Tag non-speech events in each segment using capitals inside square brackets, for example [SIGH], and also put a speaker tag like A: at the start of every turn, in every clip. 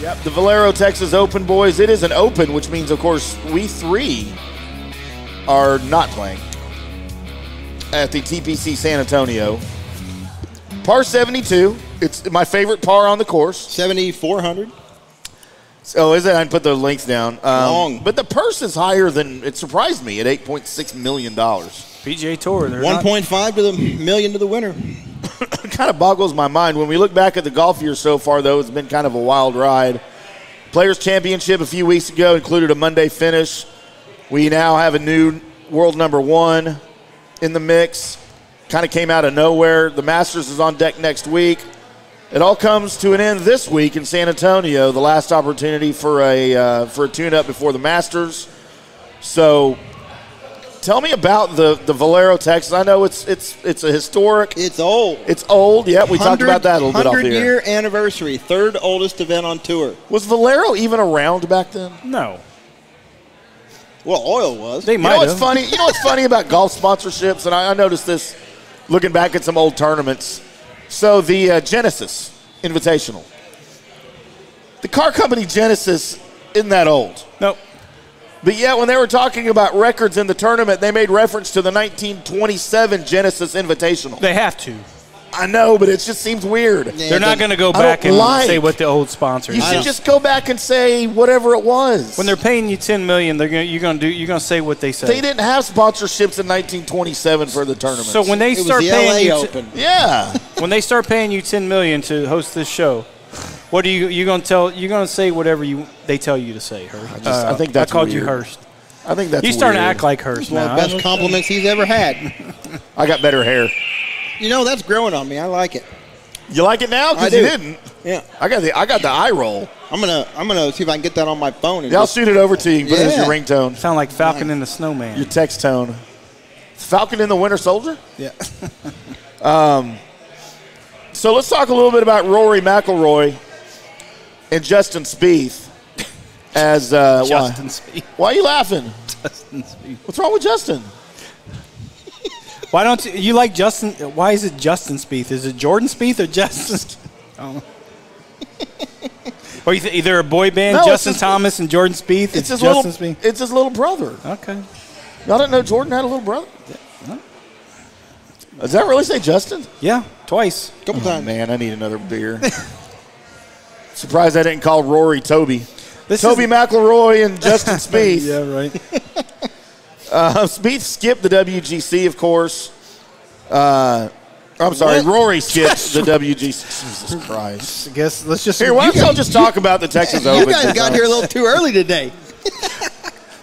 A: Yep, the Valero Texas Open, boys. It is an open, which means, of course, we three are not playing at the TPC San Antonio. Par 72. It's my favorite par on the course.
B: 7,400.
A: So is it? I put the links down. Um,
B: Long.
A: But the purse is higher than it surprised me at $8.6 million. It
C: PGA Tour. They're not-
B: 1.5 to the million to the winner.
A: [LAUGHS] kind of boggles my mind. When we look back at the golf year so far, though, it's been kind of a wild ride. Players' Championship a few weeks ago included a Monday finish. We now have a new world number one in the mix. Kind of came out of nowhere. The Masters is on deck next week. It all comes to an end this week in San Antonio, the last opportunity for a uh, for a tune-up before the Masters. So, tell me about the the Valero Texas. I know it's it's it's a historic.
B: It's old.
A: It's old. Yeah, we talked about that a little bit off the air.
B: year anniversary, third oldest event on tour.
A: Was Valero even around back then?
C: no.
B: Well, oil was.
C: They
A: You
C: might
A: know what's
C: have.
A: funny? You know what's funny
C: [LAUGHS]
A: about golf sponsorships, and I, I noticed this looking back at some old tournaments. So the uh, Genesis Invitational, the car company Genesis isn't that old,
C: Nope.
A: but yet when they were talking about records in the tournament, they made reference to the 1927 Genesis Invitational.
C: They have to.
A: I know, but it just seems weird.
B: Yeah,
C: They're
B: they-
C: not going to go
A: I don't
C: back and
A: like-
C: say what the old sponsor
A: You
C: is.
B: I
A: should
B: don't-
A: just go back and say whatever it was.
C: When they're paying you ten million, they're gonna, you're going to do. You're going to say what they say.
A: they didn't have sponsorships in 1927 for the tournament.
C: so when they
B: It was
C: start
B: the
C: paying
B: LA
C: you,
B: Open.
A: yeah.
C: t- when they start paying you ten million to host this show, what are you you going to tell? You're going to say whatever you they tell you to say. Hurst. I,
A: just- I think that's
C: I called you
A: weird.
C: Hurst.
A: I think that's
C: You starting to
A: weird.
C: act like Hurst
B: one of
C: now.
B: the best compliments he's ever had.
A: I got better hair.
B: You know, that's growing on me. I like it.
A: You like it now?
B: I
A: Because you
B: do.
A: didn't.
B: Yeah.
A: I got the I got the eye roll.
B: I'm gonna I'm gonna see if I can get that on my phone and
A: Yeah, I'll
B: just-
A: shoot it over to you. Put it as your
B: Yeah.
A: ringtone,
C: Sound like Falcon and the Snowman.
A: your text tone. Falcon in the Winter Soldier.
B: yeah.
A: So let's talk a little bit about Rory McIlroy and Justin Spieth. As uh,
C: Justin
A: why?
C: Speed.
A: Why are you laughing?
C: [LAUGHS] Justin Speed.
A: What's wrong with Justin?
C: Why don't you, you like Justin? Why is it Justin Spieth? Is it Jordan Spieth or [LAUGHS] Justin? Spieth? I don't know. or you th- either a boy band,
A: No, it's
C: Justin
A: his-
C: Thomas and Jordan Spieth.
A: It's his
C: Justin
A: little. It's his little brother.
C: Spieth. Okay.
A: Y'all didn't know Jordan had a little brother. Does that really say Justin?
C: Yeah, twice.
B: couple
A: Oh,
B: times.
A: Man, I need another
B: [LAUGHS]
A: beer. Surprised I didn't call Rory Toby.
C: This
A: Toby
C: [LAUGHS] is-
A: McElroy and
B: [LAUGHS]
A: Justin Spieth.
C: Yeah, right.
A: Uh, Spieth skipped the WGC, of course. Uh, I'm sorry,
B: What? [LAUGHS]
A: Rory skipped the WGC. Jesus Christ.
C: I guess let's just
A: Here, why don't y'all just talk about the Texas
B: You
A: Open?
B: guys got here a little too early today.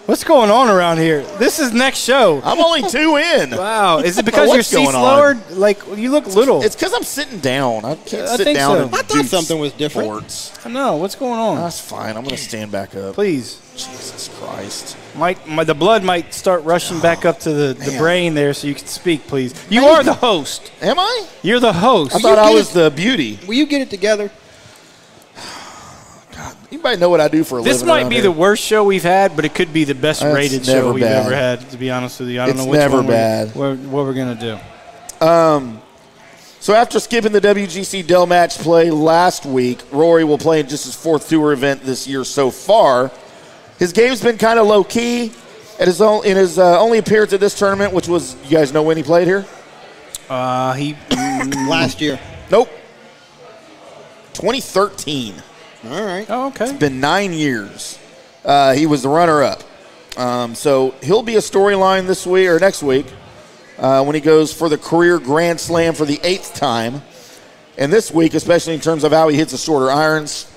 C: What's going on around here? This is next show.
A: I'm only two in.
C: Wow, is it because
A: What's
C: your seat's
A: going on?
C: lowered? Like you look little.
A: It's because I'm sitting down. I can't
C: I
A: sit
C: think
A: down.
C: so.
A: And
B: I thought
A: do
B: something was different.
A: sports.
C: I know. What's going on?
A: That's fine. I'm going to stand back up.
C: Please,
A: Jesus Christ.
C: Mike. My, the blood might start rushing back up to the, the
A: Man.
C: brain there, so you can speak, please. You are the host.
A: Am I?
C: You're the host.
A: I thought I
B: get
A: was
B: it?
A: the beauty.
B: Will you get it together?
A: Anybody know what I do for a
C: This
A: living?
C: might
A: around
C: be
A: here?
C: the worst show we've had, but it could be the best
A: That's
C: rated
A: never
C: show we've
A: bad.
C: ever had. To be honest with you, I don't
A: It's
C: know which
A: never
C: one we-
A: bad.
C: we're- what we're gonna do.
A: So after skipping the WGC Dell match play last week, Rory will play in just his fourth tour event this year so far. His game's been kind of low key. At his own, in his uh, only appearance at this tournament, which was you guys know when he played here?
C: Uh, he
B: Last year.
A: Nope. 2013.
B: All right.
C: [LAUGHS] oh okay.
A: Been nine years. Uh, he was the runner up. Um, so he'll be a storyline this week or next week uh, when he goes for the career grand slam for the eighth time. And this week, especially in terms of how he hits the shorter irons.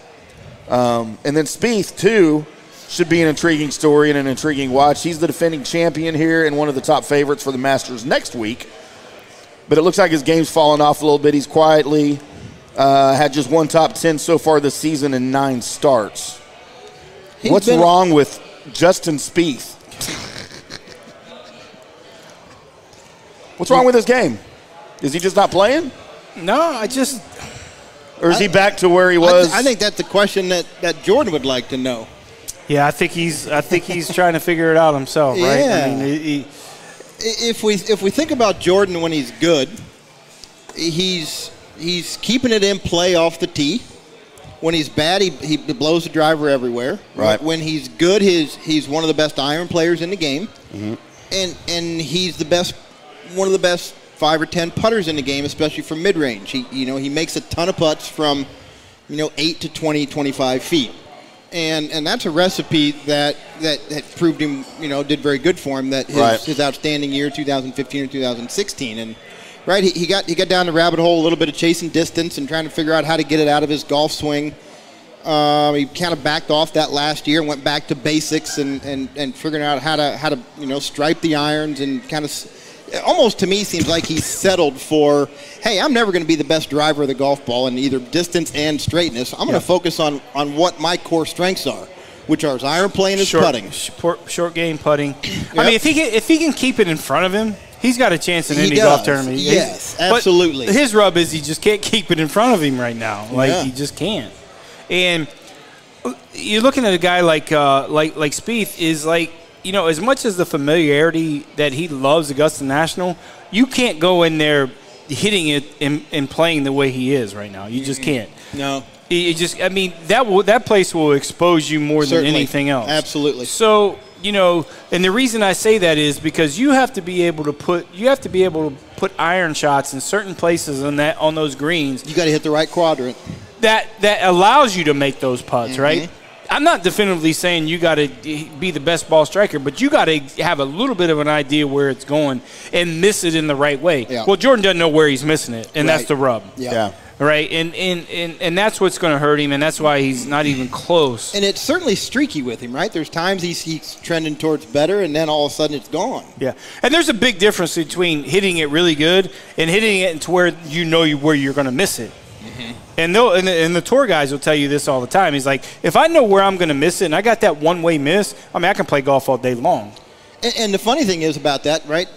A: Um, and then Spieth, too, should be an intriguing story and an intriguing watch. He's the defending champion here and one of the top favorites for the Masters next week. But it looks like his game's fallen off a little bit. He's quietly uh, had just one top 10 so far this season and nine starts.
B: He's
A: What's
B: been-
A: wrong with Justin Spieth? What's wrong with his game? Is he just not playing,
C: No, I just
A: or is he
B: I-
A: back to where he
B: I,
A: was?
B: th- I think that's the question that, that Jordan would like to know.
C: yeah, I think he's I
A: [LAUGHS]
C: think he's trying to figure it out himself, right?
B: Yeah.
C: I mean, he, he,
B: I- If we if we think about Jordan when he's good, he's he's keeping it in play off the tee. When he's bad, he, he blows the driver everywhere.
A: Right.
B: When he's good, he's he's one of the best iron players in the game, and and he's the best, one of the best five or ten putters in the game, especially from mid range. He you know he makes a ton of putts from, you know, eight to 20, 25 feet, and and that's a recipe that that, that proved him you know did very good for him. That his,
A: Right.
B: his outstanding year 2015 or 2016 and. Right, he, he got he got down the rabbit hole a little bit of chasing distance and trying to figure out how to get it out of his golf swing. Um, he kind of backed off that last year and went back to basics and, and, and figuring out how to how to you know stripe the irons and kind of s- it almost to me seems like he settled for hey I'm never going to be the best driver of the golf ball in either distance and straightness I'm going to focus on on what my core strengths are which are his iron play and his
C: short,
B: putting
C: Short, short game putting. I
B: Yep.
C: mean, if he can, if he can keep it in front of him, he's got a chance in
B: He
C: any golf
B: does.
C: tournament. He's-
B: Yes,
C: but
B: absolutely.
C: His rub is he just can't keep it in front of him right now. Like
B: Yeah.
C: he just can't. And uh, you're looking at a guy like uh, like like Spieth is like you know as much as the familiarity that he loves Augusta National, you can't go in there hitting it and, and playing the way he is right now. You just can't.
B: no
C: It it just, I mean, that will, that place will expose you more
B: Certainly.
C: than anything else.
B: Absolutely.
C: So you know, and the reason I say that is because you have to be able to put you have to be able to put iron shots in certain places on that on those greens
B: you got to hit the right quadrant
C: that that allows you to make those putts, right?
B: Mm-hmm.
C: I'm not definitively saying you got to be the best ball striker, but you got to have a little bit of an idea where it's going and miss it in the right way.
B: Yeah.
C: Well, Jordan doesn't know where he's missing it, and that's
B: Right.
C: the rub.
B: yeah.
A: Yeah.
C: Right, and and, and, and that's what's going to hurt him, and that's why he's not even close.
B: and it's certainly streaky with him right there's times he's he's trending towards better and then all of a sudden it's gone
C: Yeah, and there's a big difference between hitting it really good and hitting it to where you know you, where you're going to miss it. And they'll and the, and the tour guys will tell you this all the time. He's like, if I know where I'm going to miss it, and I got that one way miss, I mean, I can play golf all day long.
B: And, and the funny thing is about that, right?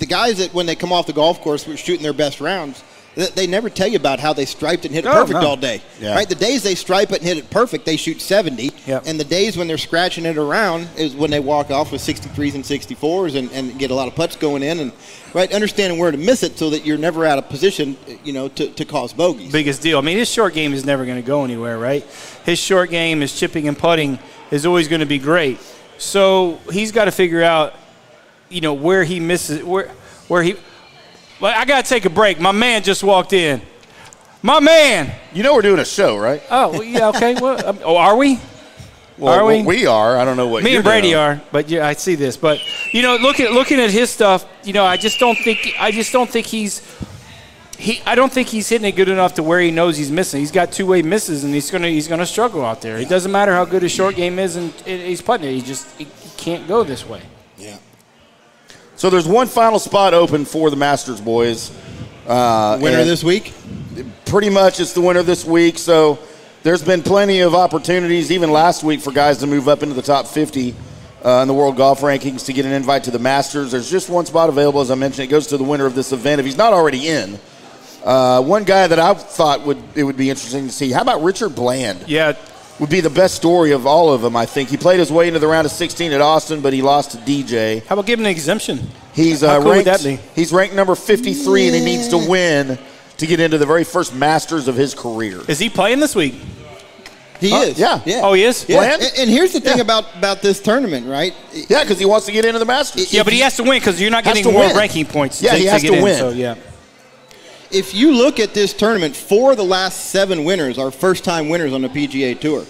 B: The guys that when they come off the golf course, were shooting their best rounds. th- They never tell you about how they striped and hit it
C: Oh,
B: perfect
C: no.
B: all day,
A: Yeah.
B: right? The days they stripe it and hit it perfect, they shoot 70,
C: Yep.
B: and the days when they're scratching it around is when they walk off with 63s and 64s and, and get a lot of putts going in, and right understanding where to miss it so that you're never out of position, you know, to, to cause bogeys.
C: Biggest deal. I mean, his short game is never going to go anywhere, right? His short game, his chipping and putting is always going to be great. So he's got to figure out, you know, where he misses where where he. Well, I got to take a break. My man just walked in. My man.
A: You know we're doing a show, right?
C: Oh well, yeah, okay. Well, um, oh, are we?
A: Well,
C: Are we?
A: We are. I don't know what
C: Me
A: you're
C: and Brady
A: doing.
C: are, but yeah, I see this. But you know, look at looking at his stuff. You know, I just don't think I just don't think he's he. I don't think he's hitting it good enough to where he knows he's missing. He's got two way misses, and he's gonna he's gonna struggle out there. It doesn't matter how good his short game is, and and he's putting it. He just he can't go this way.
B: Yeah,
A: So there's one final spot open for the Masters boys. Uh,
B: winner
A: and
B: this week.
A: pretty much it's the winner this week. So there's been plenty of opportunities, even last week, for guys to move up into the top 50 uh, in the world golf rankings to get an invite to the Masters. There's just one spot available, as I mentioned. It goes to the winner of this event if he's not already in. Uh, one guy that I thought would it would be interesting to see. How about Richard Bland?
C: Yeah,
A: Would be the best story of all of them, I think. He played his way into the round of 16 at Austin, but he lost to DJ.
C: how about giving an exemption?
A: He's uh,
C: How cool would
A: ranked.
C: that be?
A: He's ranked number 53, and he needs to win to get into the very first Masters of his career.
C: Is he playing this week?
B: He
A: Huh?
B: is.
A: Yeah.
B: yeah.
C: Oh, he is.
B: yeah.
A: Bland?
B: And, and here's the thing
A: Yeah.
B: about about this tournament, right?
A: Yeah, because he wants to get into the Masters.
C: Yeah, but he has to win because you're not
A: Has
C: getting
A: to
C: more
A: win.
C: ranking points.
A: Yeah,
C: to,
A: he has
C: get
A: to
C: in,
A: win.
C: So yeah.
B: if you look at this tournament, four of the last seven winners are first time winners on the PGA Tour.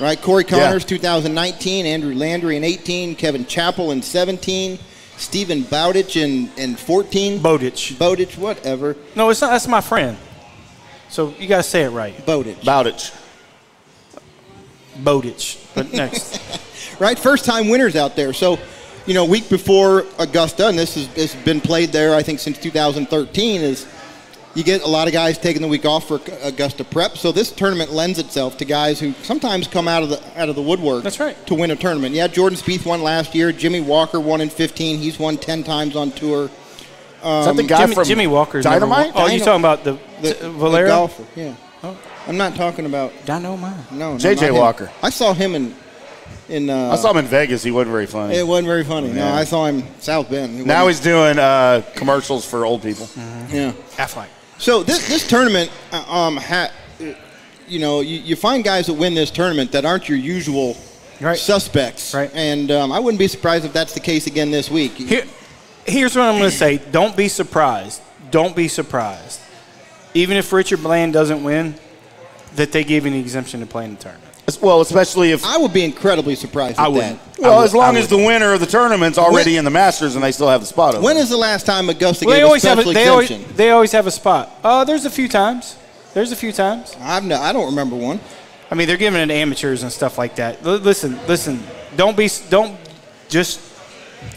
B: Right? Corey Connors, 2019, Andrew Landry in 18, Kevin Chappell in 17, Stephen Bowditch in, in 14.
C: Bowditch.
B: Bowditch, whatever.
C: No, it's not. That's my friend. So you got to say it right.
B: Bowditch.
A: Bowditch.
C: Bowditch.
A: [LAUGHS]
C: But next.
B: Right? First time winners out there. So, you know, week before Augusta, and this has, this has been played there, I think, since 2013, is you get a lot of guys taking the week off for Augusta prep. So this tournament lends itself to guys who sometimes come out of the out of the woodwork.
C: That's right.
B: To win a tournament. Yeah, Jordan Spieth won last year. Jimmy Walker won in 15. He's won 10 times on tour.
A: Is that the guy
C: Um, Jimmy,
A: from
C: Jimmy Walker's never
A: Dynamite?
C: won- oh, you
B: Dynamite.
C: talking about the,
B: The,
C: t-
B: the
C: Valero?
B: golfer. Yeah.
C: Oh.
B: I'm not talking about
C: Dynamite.
B: no. no,
A: J.J.
B: not him.
A: Walker.
B: I saw him in in.
C: Oh,
B: Uh,
A: I saw him in Vegas. He wasn't very funny.
B: It wasn't very funny. No,
A: Yeah.
B: I saw him South Bend. He
A: now
B: wasn't-
A: he's doing uh, commercials for old people.
B: yeah.
C: Affleck.
B: So this this tournament uh, um ha, you know, you, you find guys that win this tournament that aren't your usual
C: Right.
B: suspects.
C: Right.
B: And um, I wouldn't be surprised if that's the case again this week.
C: Here, here's what I'm going to say. Don't be surprised. Don't be surprised. Even if Richard Bland doesn't win, that they gave an exemption to play in the tournament.
A: Well, especially if
B: I would be incredibly surprised
C: I
B: at
C: wouldn't.
B: that.
A: well,
C: I
A: as long
C: would-
A: as the winner of the tournament's already in the Masters and they still have the spot open.
B: When is the last time Augusta
C: Well, they
B: gave a
C: always have. A,
B: special
C: they always
B: exemption?
C: they always have a spot. Uh, there's a few times. There's a few times.
B: I've no, I don't remember one.
C: I mean, they're giving it to amateurs and stuff like that. L- listen, listen. Don't be. s- Don't just.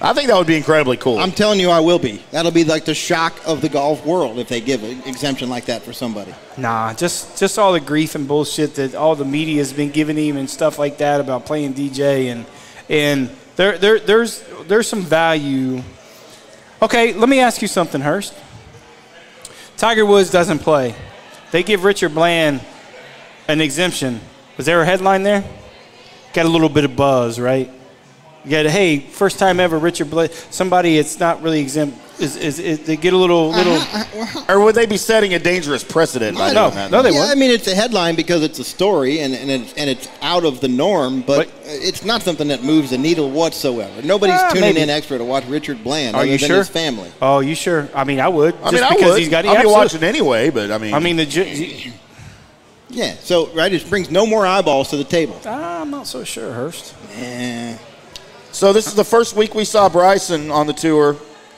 A: I think that would be incredibly cool.
B: I'm telling you, I will be. That'll be like the shock of the golf world if they give an exemption like that for somebody.
C: Nah, just just all the grief and bullshit that all the media has been giving him and stuff like that about playing DJ and and there there there's there's some value. Okay, let me ask you something, Hurst. Tiger Woods doesn't play. They give Richard Bland an exemption. Was there a headline there? Got a little bit of buzz, right? You got hey, first time ever, Richard Bland. Somebody it's not really exempt. Is, is, is they get a little little?
A: or would they be setting a dangerous precedent by
C: No,
A: doing that?
C: no, they
B: yeah,
C: won't.
B: I mean, it's a headline because it's a story and, and, it's, and it's out of the norm, but,
C: But-
B: it's not something that moves the needle whatsoever. Nobody's
C: Ah,
B: tuning
C: maybe.
B: in extra to watch Richard Bland
C: Are
B: other
C: you
B: than
C: sure?
B: his family.
C: Oh, you sure? I mean, I would.
A: I
C: just
A: mean,
C: because
A: I would.
C: he's got.
A: I'll be
C: absolutely.
A: watching anyway, but I mean,
C: I mean, the. Ju-
B: Yeah, so, right, it brings no more eyeballs to the table.
C: I'm not so sure, Hurst.
B: Eh,
A: so this is the first week we saw Bryson on the tour,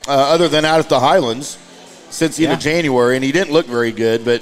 A: uh, other than out at the Highlands, since the end of
C: Yeah.
A: January, and he didn't look very good. But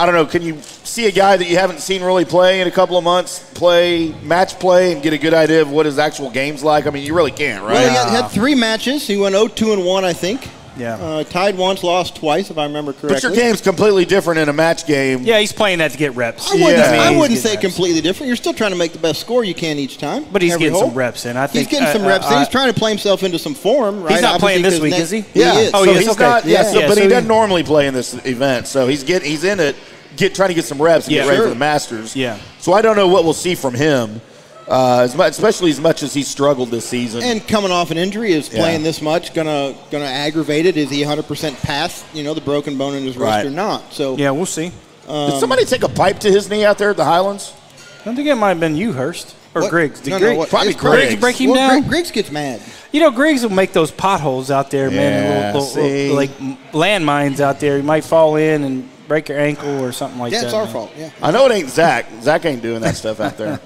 A: I don't know. Can you see a guy that you haven't seen really play in a couple of months play match play and get a good idea of what his actual game's like? I mean, you really can't, right?
B: Well, he had, had three matches. He went 0 2 and 1, I think.
C: Yeah.
B: Uh, tied once, lost twice, if I remember correctly.
A: But your game's completely different in a match game.
C: Yeah, he's playing that to get reps.
B: I wouldn't,
A: Yeah.
B: I
A: He's
B: wouldn't
C: getting
B: say
C: reps.
B: completely different. You're still trying to make the best score you can each time.
C: But he's
B: every
C: getting
B: hole.
C: some reps in. I think
B: He's getting some
C: I-
B: reps.
C: I-
B: in. he's trying to play himself into some form. Right?
C: not playing this
B: Obviously, 'cause
C: week,
B: next-
C: is he?
A: Yeah.
B: He is.
C: Oh,
A: Oh,
C: he
A: so
C: is,
A: he's
C: okay.
A: not. Yeah.
C: Yeah.
A: so-
C: Yeah,
A: but he
C: so
A: doesn't
C: he-
A: normally play in this event, so he's get he's in it, get trying to get some reps and
C: Yeah.
A: get ready
B: Sure.
A: for the Masters.
C: Yeah.
A: So I don't know what we'll see from him, uh, as much, especially as much as he struggled this season.
B: And coming off an injury, is
A: Yeah.
B: playing this much gonna gonna aggravate it? Is he 100 percent past you know the broken bone in his wrist
A: Right.
B: or not? So
C: Yeah, we'll see. um,
A: Did somebody take a pipe to his knee out there at the Highlands?
C: I don't think it might have been you, Hurst, or
B: what-
C: Griggs. Did
B: no,
C: Griggs-
B: no, what-
A: Probably
B: it's Griggs.
A: Griggs.
C: Break him
B: Well,
C: down?
B: Grig- Griggs gets mad.
C: You know, Griggs will make those potholes out there, man.
A: Yeah,
C: Little, little,
A: see?
C: little, like m- landmines out there. You might fall in and break your ankle or something like
B: Yeah,
C: that.
B: it's our
C: man.
B: fault. Yeah.
A: I know it ain't Zach. Zach ain't doing that stuff out
C: [LAUGHS]
A: there.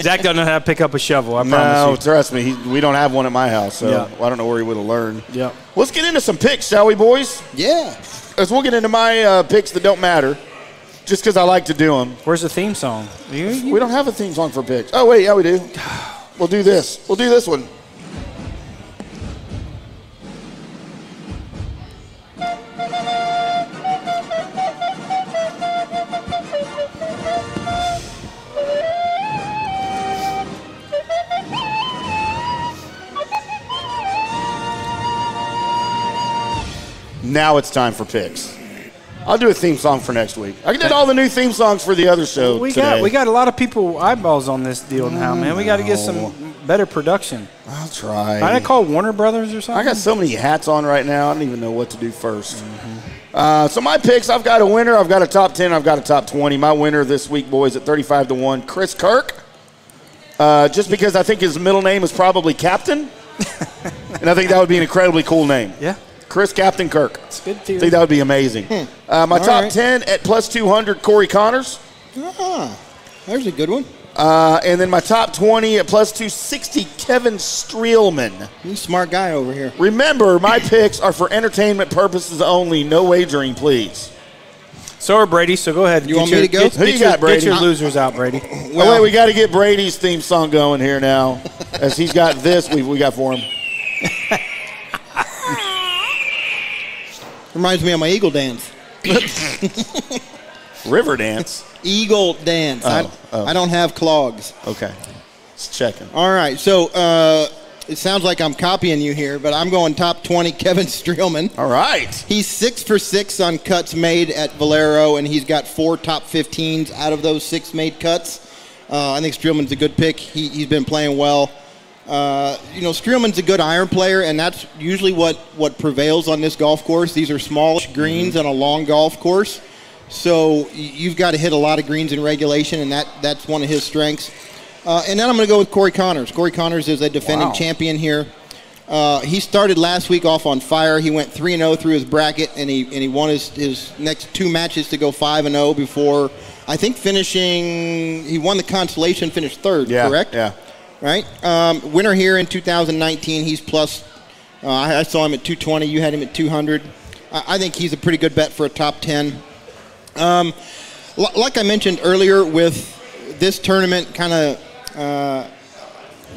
C: Zach doesn't know how to pick up a shovel. I
A: no,
C: promise
A: trust me, he, we don't have one at my house, so
C: Yeah.
A: I don't know where he would have learned.
C: you. Yeah.
A: Let's get into some picks, shall we, boys?
B: Yeah.
A: As we'll get into my uh, picks that don't matter, just because I like to do them.
C: Where's the theme song? You- you-
A: We don't have a theme song for picks. Oh wait, yeah, we do. We'll do this. We'll do this one. Now it's time for picks. I'll do a theme song for next week. I did all the new theme songs for the other show
C: We
A: today.
C: got we got a lot of people eyeballs on this deal now, man. We got to get some better production.
A: I'll try.
C: I call Warner Brothers or
A: I
C: something.
A: got so many hats on right now. I don't even know what to do 1st
B: Mm-hmm.
A: Uh, so my picks: I've got a winner, I've got a top ten, I've got a top twenty. My winner this week, boys, at thirty-five to one, Chris Kirk. Uh, just because I think his middle name is probably
B: [LAUGHS]
A: Captain, and I think that would be an incredibly cool name.
C: yeah,
A: Chris Captain Kirk.
C: it's good
A: I think
C: theory.
A: that would be amazing. Uh, my
B: Hmm. All
A: top
B: right.
A: ten at plus two hundred, Corey Connors,
B: Ah, there's a good one.
A: uh, and then my top twenty at plus two sixty, Kevin Streelman.
B: He's a smart guy over here.
A: Remember, my picks are for entertainment purposes only. No wagering, please.
C: So are Brady. So go ahead.
B: You
C: Get
B: want me
C: your-
B: to go?
C: Get,
A: Who
C: get
A: you
C: your,
A: got, Brady?
C: Get your losers out, Brady.
A: [LAUGHS] oh, wait, we got to get Brady's theme song going here now, as he's got this we we got for him.
B: Reminds me of my eagle dance.
A: River dance.
B: Eagle dance. I,
A: Oh, oh.
B: I don't have clogs.
A: Okay, it's checking.
B: All right, so uh, it sounds like I'm copying you here, but I'm going top 20 Kevin [LAUGHS] Streelman.
A: All right.
B: He's six for six on cuts made at Valero, and he's got four top 15s out of those six made cuts. Uh, I think Streelman's a good pick. He, he's been playing well. Uh, you know, Streelman's a good iron player, and that's
A: Mm-hmm.
B: usually what, what prevails on this golf course. These are smallish greens on a long golf course. So y- you've got to hit a lot of greens in regulation, and that, that's one of his strengths. Uh, and then I'm going to go with Corey Connors. Corey Connors is a defending
C: Wow.
B: champion here. Uh, he started last week off on fire. He went 3 and 0 through his bracket, and he and he won his, his next two matches to go 5 and 0 before I think finishing. He won the consolation, finished third.
A: Yeah,
B: correct.
A: yeah.
B: Right. Um, winner here in 2019. He's plus. Uh, I, I saw him at 220. You had him at 200. I, I think he's a pretty good bet for a top 10. L- like I mentioned earlier, with this tournament kind of uh,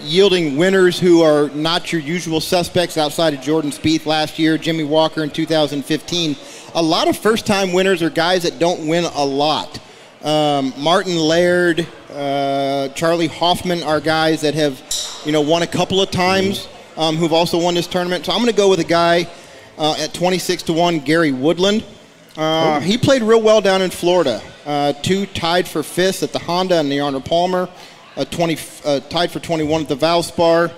B: yielding winners who are not your usual suspects outside of Jordan Spieth last year, Jimmy Walker in 2015, a lot of first time winners are guys that don't win a lot. Um, Martin Laird, uh, Charlie Hoffman are guys that have, you know, won a couple of times, um, who've also won this tournament. So I'm going to go with a guy uh, at 26 to one, Gary Woodland. Uh, he played real well down in Florida. Uh, two tied for fifth at the Honda and the Arnold Palmer. Uh, 20, uh, tied for 21 at the Valspar.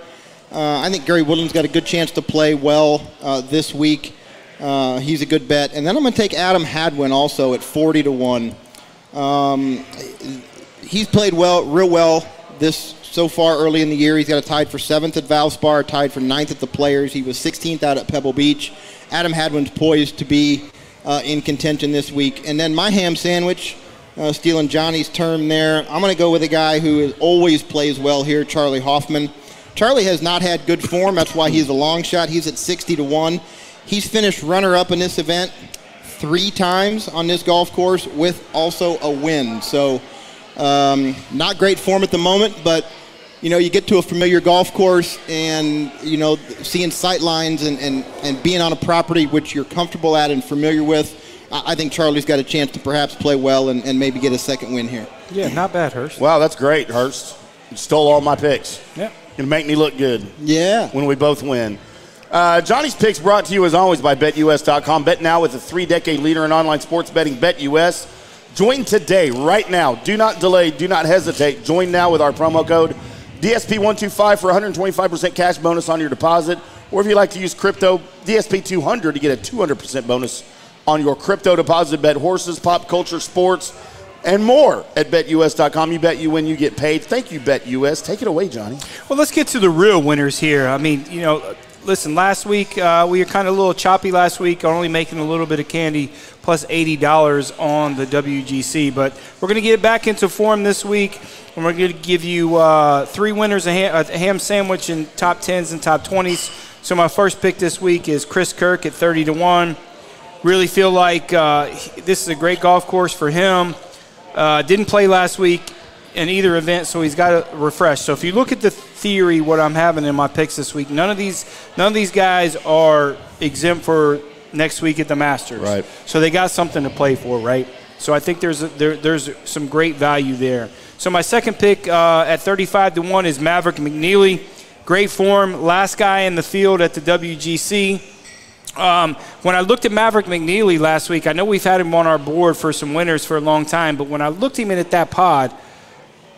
B: Uh, I think Gary Woodland's got a good chance to play well uh, this week. Uh, he's a good bet. And then I'm going to take Adam Hadwin also at 40 to 1 he's played well, real well this so far early in the year. He's got a tied for seventh at Valspar, tied for ninth at the Players. He was 16th out at Pebble Beach. Adam Hadwin's poised to be uh, in contention this week. And then my ham sandwich, uh, stealing Johnny's term there. I'm going to go with a guy who is, always plays well here, Charlie Hoffman. Charlie has not had good form. That's why he's a long shot. He's at 60 to one. He's finished runner-up in this event three times on this golf course with also a win. So um, not great form at the moment, but you know, you get to a familiar golf course and you know, seeing sight lines and, and, and being on a property which you're comfortable at and familiar with, I, I think Charlie's got a chance to perhaps play well and, and maybe get a second win here.
C: Yeah, not bad, Hurst.
A: Wow, that's great, Hurst. You stole all my picks.
C: Yeah.
A: Gonna make me look good
B: Yeah.
A: when we both win. Uh, Johnny's picks brought to you as always by BetUS.com. Bet now with a three-decade leader in online sports betting, BetUS. Join today, right now. Do not delay. Do not hesitate. Join now with our promo code DSP125 for 125% cash bonus on your deposit. Or if you like to use crypto, DSP200 to get a 200% bonus on your crypto deposit. Bet horses, pop culture, sports, and more at BetUS.com. You bet you when you get paid. Thank you, BetUS. Take it away, Johnny.
C: Well, let's get to the real winners here. I mean, you know, listen, last week uh, we were kind of a little choppy last week, only making a little bit of candy plus $80 on the WGC. But we're going to get back into form this week, and we're going to give you uh, three winners a ham, a ham sandwich in top 10s and top 20s. So my first pick this week is Chris Kirk at 30 to 1. Really feel like uh, he- this is a great golf course for him. Uh, didn't play last week in either event, so he's got to refresh. So if you look at the theory, what I'm having in my picks this week, none of these none of these guys are exempt for next week at the Masters.
A: Right.
C: So they got something to play for, right? So I think there's a, there, there's some great value there. So my second pick uh, at 35 to one is Maverick McNeely. Great form, last guy in the field at the WGC. Um, when I looked at Maverick McNeely last week, I know we've had him on our board for some winners for a long time, but when I looked him in at that pod,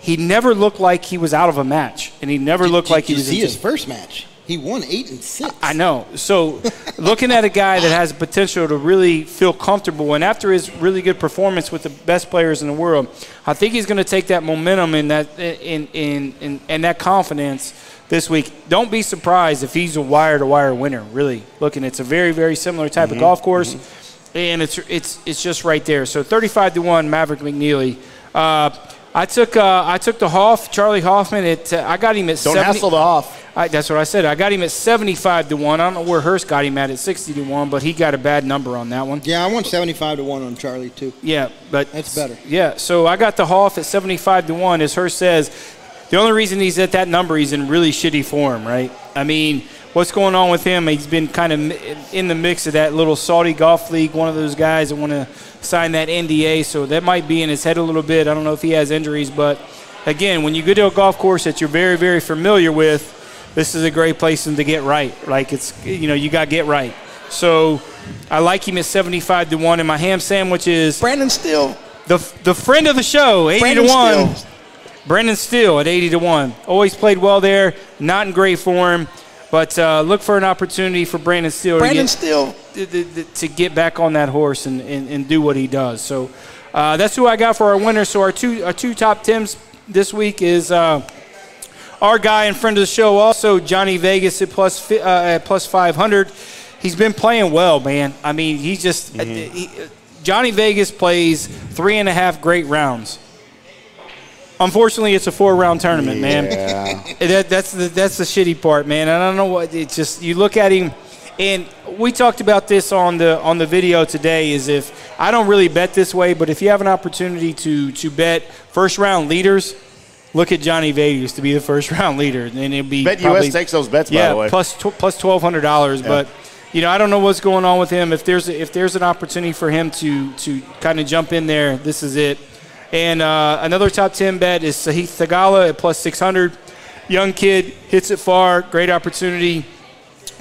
C: he never looked like he was out of a match, and he never looked
B: Did
C: like he
B: you
C: was.
B: see
C: into-
B: his first match. He won eight and six.
C: I know. So, looking at a guy that has potential to really feel comfortable, and after his really good performance with the best players in the world, I think he's going to take that momentum and that in in, in and that confidence this week. Don't be surprised if he's a wire to wire winner. Really, looking, it's a very very similar type
A: Mm-hmm.
C: of golf course, and it's it's it's just right there. So, thirty-five to one, Maverick McNeely. Uh, I took uh, I took the Hoff Charlie Hoffman at uh, I got him at
A: Don't
C: 70
A: hassle the off.
C: I, that's what I said. I got him at 75 to 1. I don't know where Hurst got him at at 60 to 1, but he got a bad number on that one.
B: Yeah, I won 75 to 1 on Charlie, too.
C: Yeah, but
B: That's better.
C: Yeah, so I got the Hoff at 75 to 1. As Hurst says, the only reason he's at that number, he's in really shitty form, right? I mean, what's going on with him? He's been kind of in the mix of that little Saudi Golf League, one of those guys that want to sign that NDA, so that might be in his head a little bit. I don't know if he has injuries, but again, when you go to a golf course that you're very, very familiar with, this is a great place to get right. Like it's you know you got to get right. So I like him at 75 to one, and my ham sandwich is
B: Brandon Steele.
C: the the friend of the show 80
B: Brandon
C: to one.
B: Steele.
C: Brendan Steele at 80 to 1. Always played well there. Not in great form, but uh, look for an opportunity for Brandon Steele.
B: Brandon
C: to
B: Steele.
C: th- th- th- to get back on that horse and, and, and do what he does. So uh, that's who I got for our winner. So our two our two top tens this week is uh, our guy and friend of the show, also Johnny Vegas at plus fi- uh, at plus five hundred. He's been playing well, man. I mean, he just he, uh, Johnny Vegas plays three and a half great rounds. Unfortunately, it's a four-round tournament, man.
A: Yeah.
C: That, that's the that's the shitty part, man. And I don't know what it's just. You look at him, and we talked about this on the on the video today. Is if I don't really bet this way, but if you have an opportunity to to bet first round leaders, look at Johnny Vegas to be the first round leader, and it'll be
A: Bet
C: probably,
A: US takes those bets, by
C: yeah
A: the way.
C: plus tw- plus twelve hundred dollars, but. You know, I don't know what's going on with him. If there's if there's an opportunity for him to to kind of jump in there, this is it. And uh, another top 10 bet is Sahith Tagala at plus 600. Young kid, hits it far, great opportunity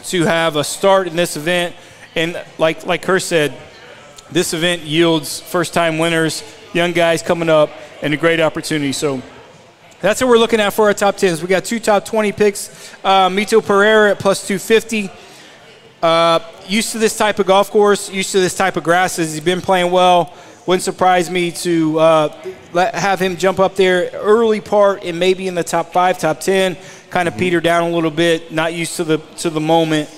C: to have a start in this event. And like, like Kerr said, this event yields first time winners, young guys coming up, and a great opportunity. So that's what we're looking at for our top 10s. We got two top 20 picks uh, Mito Pereira at plus 250 used to this type of golf course, used to this type of grasses. He's been playing well. Wouldn't surprise me to uh, let, have him jump up there early part and maybe in the top five, top ten, kind of peter down a little bit, not used to the to the moment,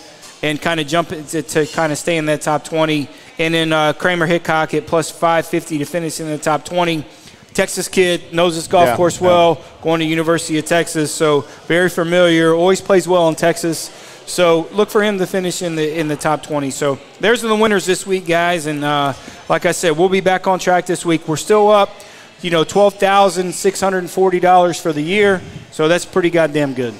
C: and kind of jump it to, to kind of stay in that top twenty. And then uh, Kramer Hickok at plus five fifty to finish in the top twenty. Texas kid knows this golf
A: Yeah,
C: course
A: yeah.
C: well. Going to University of Texas, so very familiar. Always plays well in Texas. So look for him to finish in the in the top 20. So there's the winners this week, guys. And uh, like I said, we'll be back on track this week. We're still up, you know, twelve thousand six hundred and forty dollars for the year. So that's pretty goddamn good.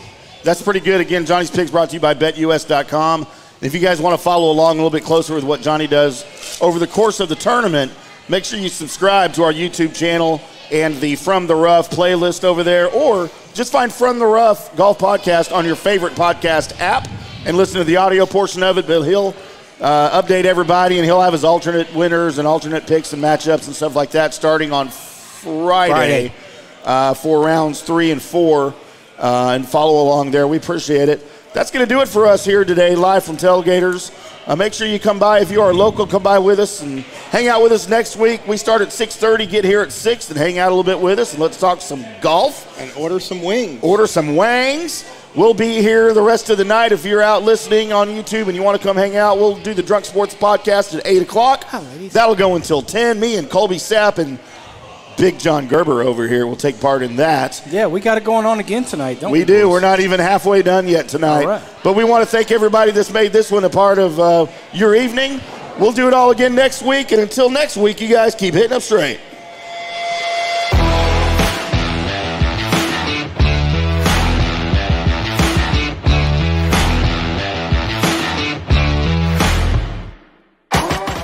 A: That's pretty good. Again, Johnny's Picks brought to you by BetUS.com. If you guys want to follow along a little bit closer with what Johnny does over the course of the tournament, make sure you subscribe to our YouTube channel and the From the Rough playlist over there, or just find From the Rough Golf Podcast on your favorite podcast app and listen to the audio portion of it. But he'll uh, update everybody, and he'll have his alternate winners and alternate picks and matchups and stuff like that starting on Friday
C: Friday.
A: uh, for rounds three and four uh, and follow along there. We appreciate it. That's going to do it for us here today, live from Tailgaters. Uh, make sure you come by if you are local. Come by with us and hang out with us next week. We start at 6:30. Get here at six and hang out a little bit with us and let's talk some golf
B: And order some wings.
A: order some wangs. We'll be here the rest of the night. If you're out listening on YouTube and you want to come hang out, we'll do the Drunk Sports podcast at 8 o'clock. That'll go until 10. Me and Colby Sapp and Big John Gerber over here will take part in that.
C: Yeah, we got it going on again tonight, don't we?
A: We do. We're not even halfway done yet tonight.
C: All right.
A: But we want to thank everybody that's made this one a part of uh, your evening. We'll do it all again next week. And until next week, you guys keep hitting up straight.